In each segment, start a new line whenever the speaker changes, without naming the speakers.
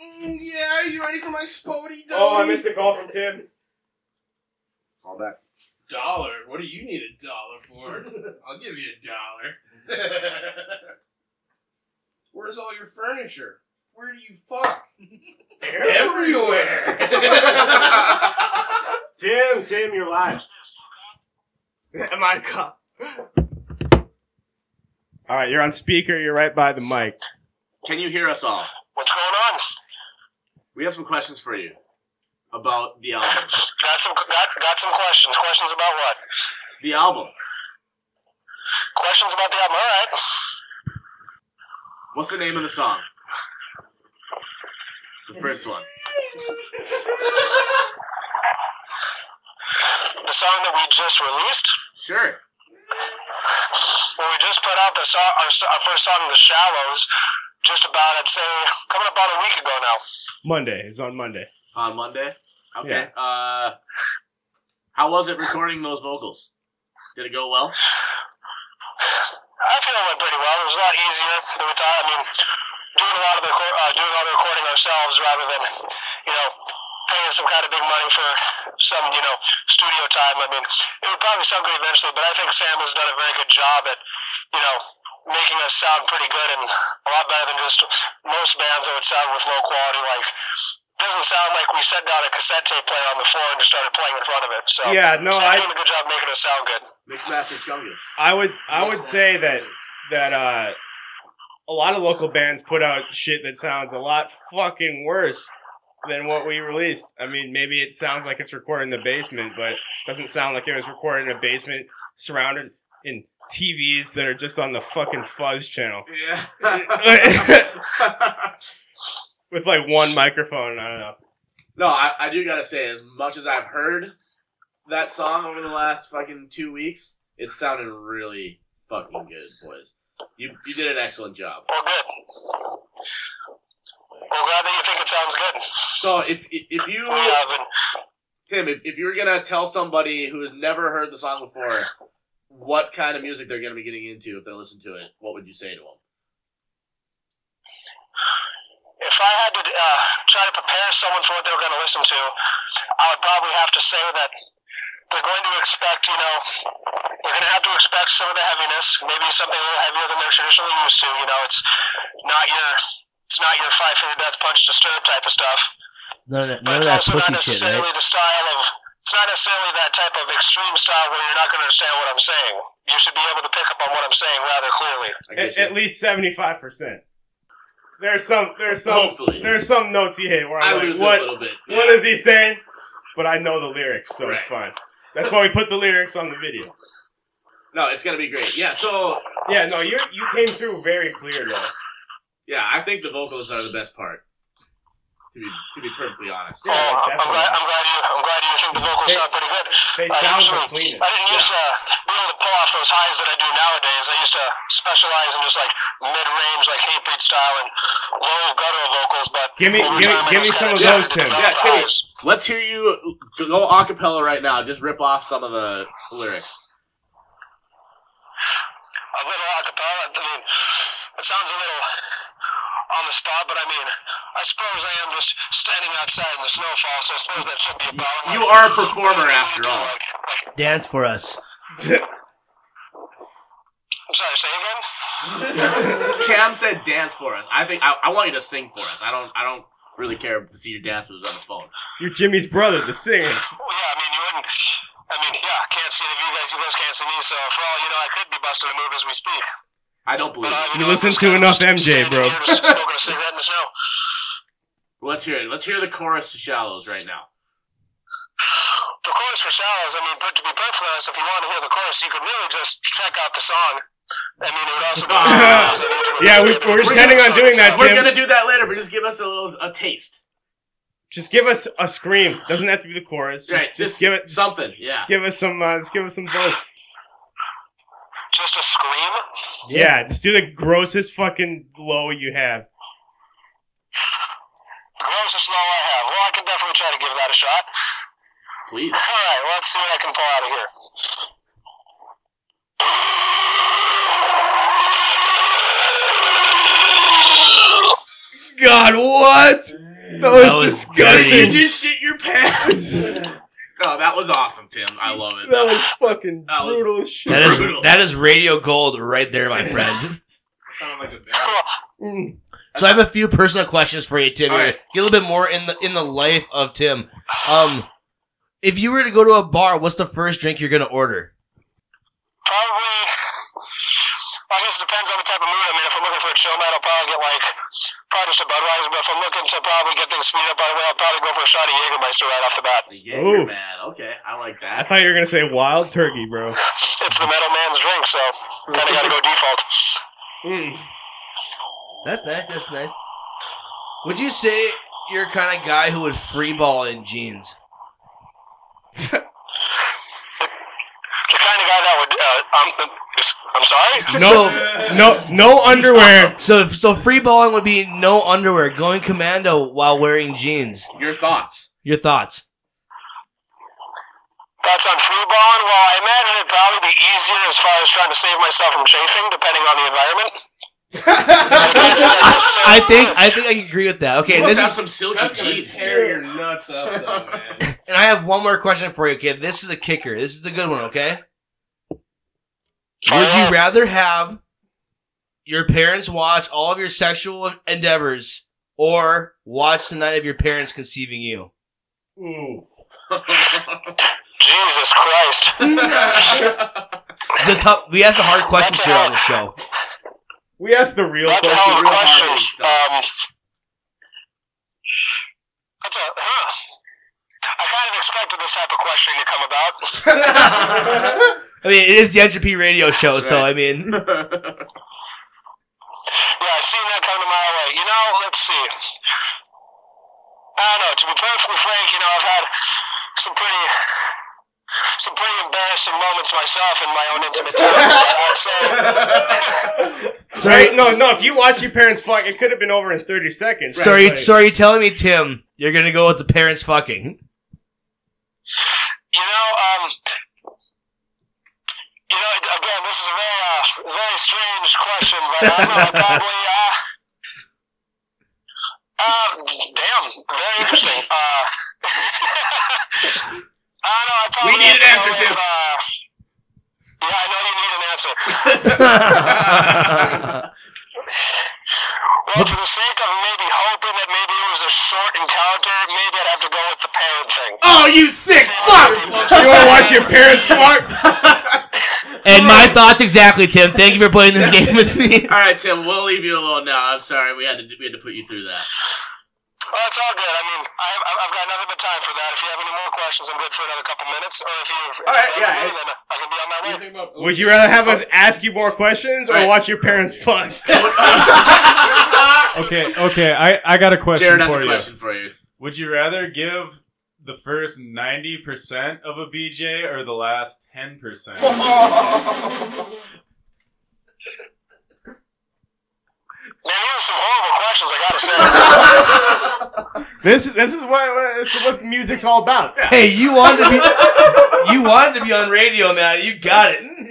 Mm, Yeah, you ready for my Spody
Oh, I missed a call from Tim.
Call back.
Dollar? What do you need a dollar for? I'll give you a dollar. Where's all your furniture? Where do you fuck? Everywhere.
Tim, Tim, you're live.
Am I a cop?
All right, you're on speaker. You're right by the mic.
Can you hear us all?
What's going on?
We have some questions for you about the album.
Got some got, got some questions. Questions about what?
The album.
Questions about the album. All right.
What's the name of the song? The first one.
The song that we just released.
Sure.
Well, we just put out the song, our, s- our first song, "The Shallows," just about I'd say coming up on a week ago now.
Monday. It's on Monday.
On Monday. Okay. Uh, how was it recording those vocals? Did it go well?
I feel it went pretty well. It was a lot easier than we thought. I mean, doing a lot of the recor- uh, doing all the recording ourselves rather than you know paying some kind of big money for some you know studio time. I mean, it would probably sound good eventually, but I think Sam has done a very good job at you know making us sound pretty good and a lot better than just most bands that would sound with low quality like. It doesn't sound like we set down a cassette tape player on the floor and just started playing in front of it. So
Yeah, no,
Sam
I-
doing a good job making us sound good.
Mixmaster Chungus.
I would I would say that that uh, a lot of local bands put out shit that sounds a lot fucking worse than what we released. I mean, maybe it sounds like it's recorded in the basement, but it doesn't sound like it was recorded in a basement surrounded in TVs that are just on the fucking fuzz channel
Yeah.
with like one microphone. I don't know.
No, I, I do gotta say, as much as I've heard that song over the last fucking two weeks, it sounded really fucking good, boys. You you did an excellent job.
Well, good. Well, glad that you think it sounds good.
So if if you
We have, and
Tim, if, if you were gonna tell somebody who has never heard the song before what kind of music they're gonna be getting into if they listen to it, what would you say to them?
if I had to uh, try to prepare someone for what they were going to listen to, I would probably have to say that they're going to expect, you know, they're going to have to expect some of the heaviness, maybe something a little heavier than they're traditionally used to. You know, it's not your, it's not your five finger death punch disturb type of stuff.
None of that,
But
none of
it's
that
also not
pussy shit,
necessarily
right?
the style of. It's not necessarily that type of extreme style where you're not going to understand what I'm saying. You should be able to pick up on what I'm saying rather clearly.
I
At,
guess
at
you-
least seventy five percent. There's some there's some
hopefully
there's some notes he hit where
Oh, I
I'm like,
lose
what
it a little bit.
What is he saying? But I know the lyrics, so it's fine. That's why we put the lyrics on the video.
No, it's gonna be great. Yeah, so
Yeah, no, you you came through very clear though.
yeah, I think the vocals are the best part. To be to be perfectly honest.
Yeah,
oh,
like,
I'm glad,
definitely.
I'm glad you. I'm glad you think the vocals
Hey.
sound pretty good.
They
I
sound
usually-
the cleanest.
I didn't used to be able to pull off those highs that I do nowadays. I used to specialize in just like mid-range, like Hatebreed style and low guttural vocals. But
Give me-
over
give me-
time, I
give me
just
some of
kinda
those, Tim.
developed
Yeah, Timmy.
the highs.
Let's hear you go a cappella right now. Just rip off some of the lyrics.
A little acapella. I mean, it sounds a little on the spot, but I mean, I suppose I am just standing outside in the snowfall, so I suppose that should be a problem.
You
Like,
are a performer after all.
Like, like,
Dance for us.
I'm sorry, say again.
Cam said dance for us. I think I, I want you to sing for us. I don't I don't really care to see your dance moves on the phone.
You're Jimmy's brother, the singer.
Well, yeah, I mean, you wouldn't. I mean, yeah, I can't see it if you guys, you guys can't see me. So for all you know, I could be busting a move as we speak.
I don't believe it.
But all
You
know is
listen
just
to
kinda
enough
just
MJ,
standing
bro.
here just smoking a cigarette in the snow.
Let's hear it. Let's hear the chorus to Shallows right now.
The chorus for Shallows, I mean, but to be perfectly honest, if you want to hear the chorus, you could really just check out the song. I mean, it would also. Be
Yeah, we, we're just planning on doing that,
We're
Tim.
gonna do that later, but just give us a little a taste.
Just give us a scream. Doesn't have to be the chorus. Just,
right.
just, give it.
something. Yeah.
Just give us some. Uh, just give us some votes.
Just a scream.
Yeah. just do the grossest fucking low you have.
The grossest low I have. Well, I can definitely try to give that a shot.
Please.
All right, let's see what I can pull out of here.
God, what? That was,
That was
disgusting.
dirty.
You just shit your pants. no, Oh, that was awesome, Tim. I love it.
That was fucking
That was-
brutal as shit.
That
Brutal.
is that is radio gold right there, my friend.
sounded like a bear.
Cool.
Mm.
So I have a few personal questions for you, Tim.
All right.
Get a little bit more in the in the life of Tim. Um, if you were to go to a bar, what's the first drink you're gonna order?
Probably. I guess it depends on the type of mood I'm in. If I'm looking for a chill night, I'll probably get like probably just a Budweiser. But if I'm looking to probably get things speed up right away, I'll probably go for a shot of Jägermeister right off the bat.
Yeah,
Oof.
man. Okay, I like
I
that.
thought you were gonna say wild turkey, bro.
It's the metal man's drink, so kind of got to go default.
Mm.
That's nice. That's nice. Would you say you're kind of guy who would free ball in jeans?
The kind of guy that would. Uh, I'm, I'm sorry.
No.
No, no underwear.
So so free balling would be no underwear, going commando while wearing jeans.
Your thoughts?
Your thouts?
That's on free balling. Well, I imagine it'd probably be easier as far as trying to save myself from chafing, depending on the environment. I can't say that's necessarily
I think I think I agree with that. Okay,
You must
and this
have
is,
some silky
That's gonna
jeans.
tear
too.
your nuts up, though, man.
and I have one more question for you. Okay, this is a kicker. This is a good one. Okay, would you rather have your parents watch all of your sexual endeavors or watch the night of your parents conceiving you?
Ooh.
Jesus Christ.
The tough, we asked the hard questions here on the show.
We asked the real
That's a
question.
hell of a
real
question.
hard-hitting stuff.
Um, that's a huh. I kind of expected this type of questioning to come about.
I mean, it is the entropy radio show, so
right.
I mean,
Yeah, I've seen that come to my way. You know, let's see. I don't know. To be perfectly frank, you know, I've had some pretty, some pretty embarrassing moments myself in my own intimate time. I'd say,
Right? No, no. If you watch your parents fuck, it could have been over in thirty seconds.
so are you,
Like,
so are you telling me, Tim, you're gonna go with the parents fucking?
you know, um, you know, again, this is a very, uh, very strange question, but I don't know. I probably, uh, uh, damn, very interesting. Uh, I don't know. I probably
We need an
have to go
answer,
with,
Tim.
Uh, yeah, I know you need an answer. Well, for the sake of maybe hoping that maybe it was a short encounter, maybe I'd have to go with the parent thing.
oh, you sick fuck!
You want to watch your parents fuck?
and my thoughts exactly, Tim. Thank you for playing this game with me.
All right, Tim. We'll leave you alone now. I'm sorry. We had to we had to put you through that.
Well, it's all good. I mean, I, I- I've got nothing but time for that. If you have any more questions, I'm good for another couple minutes. Or if you, if
All right,
you
yeah,
really, then I can be on my way.
Would you rather have us ask you more questions or
Right.
watch your parents fuck?
Okay, okay. I, I got a question
Jared has
for
a
you.
question for you.
Would you rather give the first ninety percent of a BJ or the last ten percent?
Man, these are some horrible questions, I gotta say.
This this is what this is what music's all about.
Hey, you wanted to be you wanted to be on radio, man. You got it.
Careful what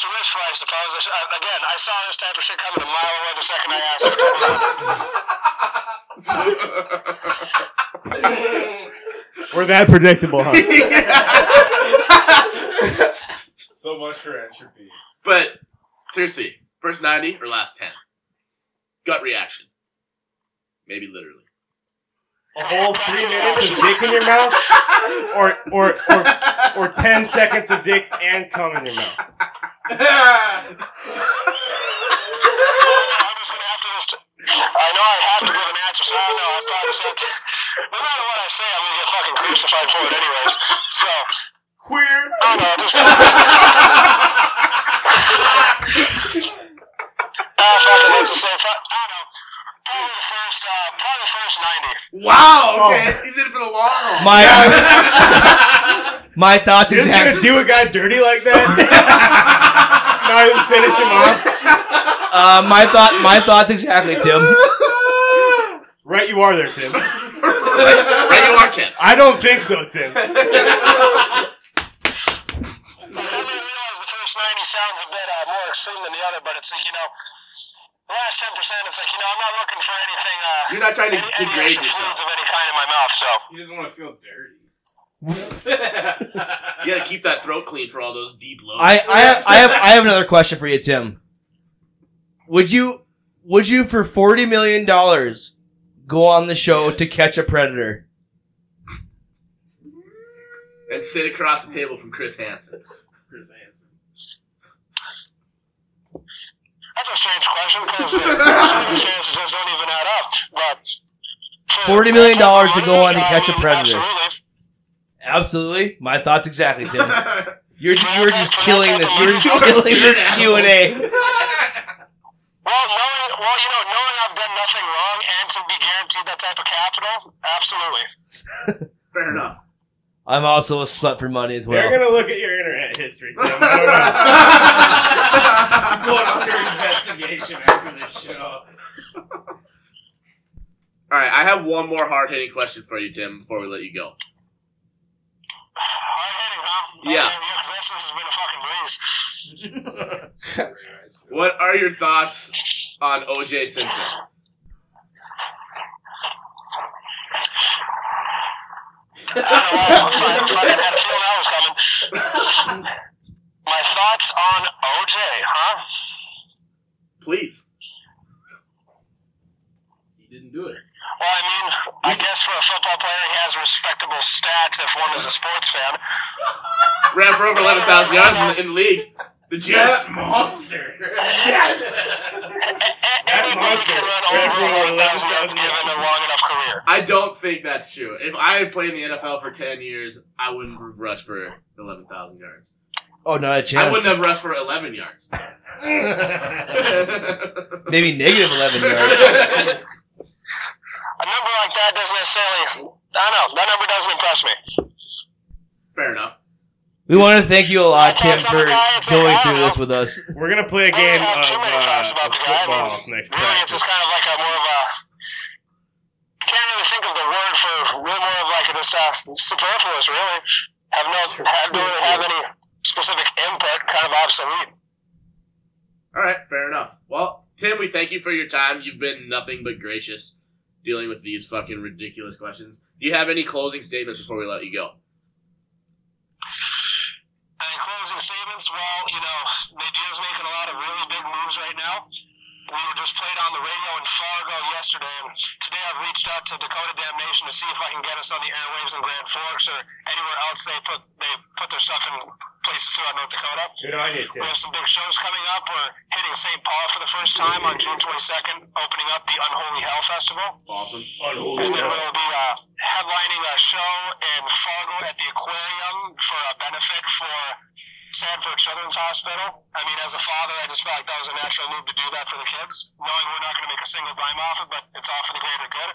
you wish for, I suppose. I, I, again, I saw this type of shit coming a mile away the second I asked.
We're that predictable, huh?
so much for entropy.
But seriously, first ninety or last ten? Gut reaction. Maybe literally.
A whole three minutes of dick in your mouth, or or or, or ten seconds of dick and cum in your mouth.
I'm just gonna have to just. I know I have to give an answer, so I don't know. I probably just have to. No matter what I say, I'm gonna get fucking crucified for it, anyways. So. Queer. I don't know. Just. Uh, Ah, fuck it. That's the same. Fuck. I don't know. Probably the first. Uh, probably the first ninety.
Wow. Okay, he's in it for the long haul.
my my thoughts
You're just gonna
exactly.
do a guy dirty like that? Not even finish him off.
Uh, my thought my thoughts exactly, Tim.
Right, you are there, Tim.
right, you are, Tim.
I don't think so, Tim.
I mean, I realize the first 90 sounds a bit uh, more extreme than the other, but it's, uh, you know, last ten percent, it's like you know I'm not looking for anything. Uh,
You're not trying to
any, any
degrade
extra
yourself.
fluids of any kind in my mouth. So
He doesn't want to feel dirty.
You gotta keep that throat clean for all those deep lows.
I, I, have, I have I have another question for you, Tim. Would you would you for forty million dollars go on the show to catch a predator?
and sit across the table from Chris Hansen.
Chris Hansen.
that's a strange question because the circumstances just don't even add up. But for-
$40 million to go on to
I
catch a
mean,
predator.
uh, Absolutely.
Absolutely, my thoughts exactly, Tim. You're you were just killing this. You're just
You're
killing this Q and A.
Well, knowing well, you know, knowing I've done nothing wrong and to be guaranteed that type of capital, absolutely.
Fair enough.
I'm also a slut for money as
They're
well.
gonna look at your internet history. Tim. I
I'm going under investigation after this show.
All right, I have one more hard hitting question for you, Tim, before we let you go.
Hard hitting, huh?
Yeah.
yeah, because this has been a fucking breeze.
What are your thoughts on OJ Simpson?
I don't know if I fucking had a feeling that was coming. My thoughts on OJ, huh?
Please.
He didn't do it.
Well, I mean, I guess for a football player, he has respectable stats if one is a sports fan.
Ran for over 11,000 yards in the, in the league. The Jets.
monster.
A- a- Anybody
monster.
can run
Ran
over
for over
1,000 yards
11,000
given a long enough career.
I don't think that's true. If I had played in the NFL for 10 years, I wouldn't have rushed for 11,000 yards.
Oh, not a chance.
I wouldn't have rushed for 11 yards.
Maybe negative eleven yards.
All
A number like that doesn't necessarily. I don't know. That number doesn't impress me.
Fair enough.
We want to thank you a lot, Tim,
Sometimes I'm
for
a guy, it's
going
like,
through
wow.
this with us.
mean, We're gonna play a
I don't
game of,
have too many
uh,
facts about
of
the guy. I mean,
football next
Really, it's
practice.
just kind of like a more of a. I can't really think of the word for really more of like a just uh, superfluous. Really, have no have, don't really have any specific input. Kind of obsolete.
All right, fair enough. Well, Tim, we thank you for your time. You've been nothing but gracious dealing with these fucking ridiculous questions. Do you have any closing statements before we let you go?
And closing statements. Well, you know, Nigeria's making a lot of really big moves right now. We were just played on the radio in Fargo yesterday, and today I've reached out to Dakota Damnation to see if I can get us on the airwaves in Grand Forks or anywhere else they put they put their stuff in places throughout North Dakota.
Good on you, Tim.
We have some big shows coming up. We're hitting St. Paul for the first time on June 22nd, opening up the Unholy Hell Festival.
Awesome.
And then we'll be uh, headlining a show in Fargo at the Aquarium for a benefit for Sanford Children's Hospital. I mean, as a father, I just felt like that was a natural move to do that for the kids, knowing we're not going to make a single dime off it, but it's all for the greater good.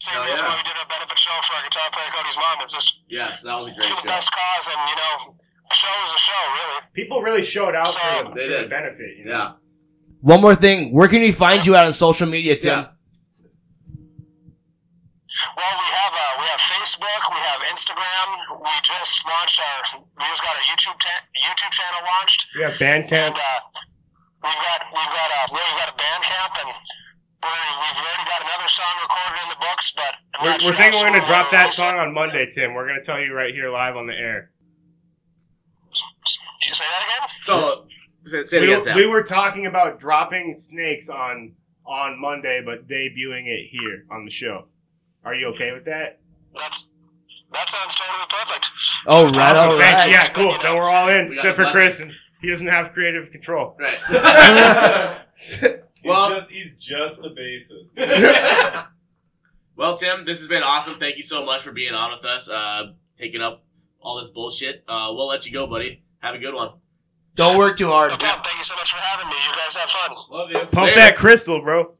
Same
Hell
reason
yeah.
why we did a benefit show for our guitar player Cody's mom. It's just
Yes, that was a
for the
great show.
best cause, and you know, a show is a show, really.
People really showed out for, the-
They
for
did.
the benefit. You
Yeah.
know?
One more thing. Where can we find you out on social media, Tim?
Yeah.
Well, we have uh, we have Facebook, we have Instagram. We just launched our we just got our YouTube ta- YouTube channel launched,
We have Bandcamp.
and uh, we've got we've got uh, well, we've got a band camp, and we're, we've already got another song recorded in the books. But I'm
We're,
not
we're
sure
thinking we're
how
gonna
soon
drop that
release it.
song on Monday, Tim. We're gonna tell you right here live on the air.
You say that again?
So, say it
We,
again,
were-
Sam.
we were talking about dropping snakes on on Monday, but debuting it here on the show. Are you okay with that?
That's that sounds totally perfect.
Oh, right,
Awesome,
all
thank
right.
you. Yeah, cool. Then we're all in,
We got
except
the
for Chris,
blessing.
and he doesn't have creative control.
Right.
He's
Well-
just he's just a bassist.
well, Tim, this has been awesome. Thank you so much for being on with us, uh, taking up all this bullshit. Uh, we'll let you go, buddy. Have a good one.
Don't work too hard.
No problem. Thank you so much for having me. You guys have fun.
Love you.
Pump
Later.
that crystal, bro.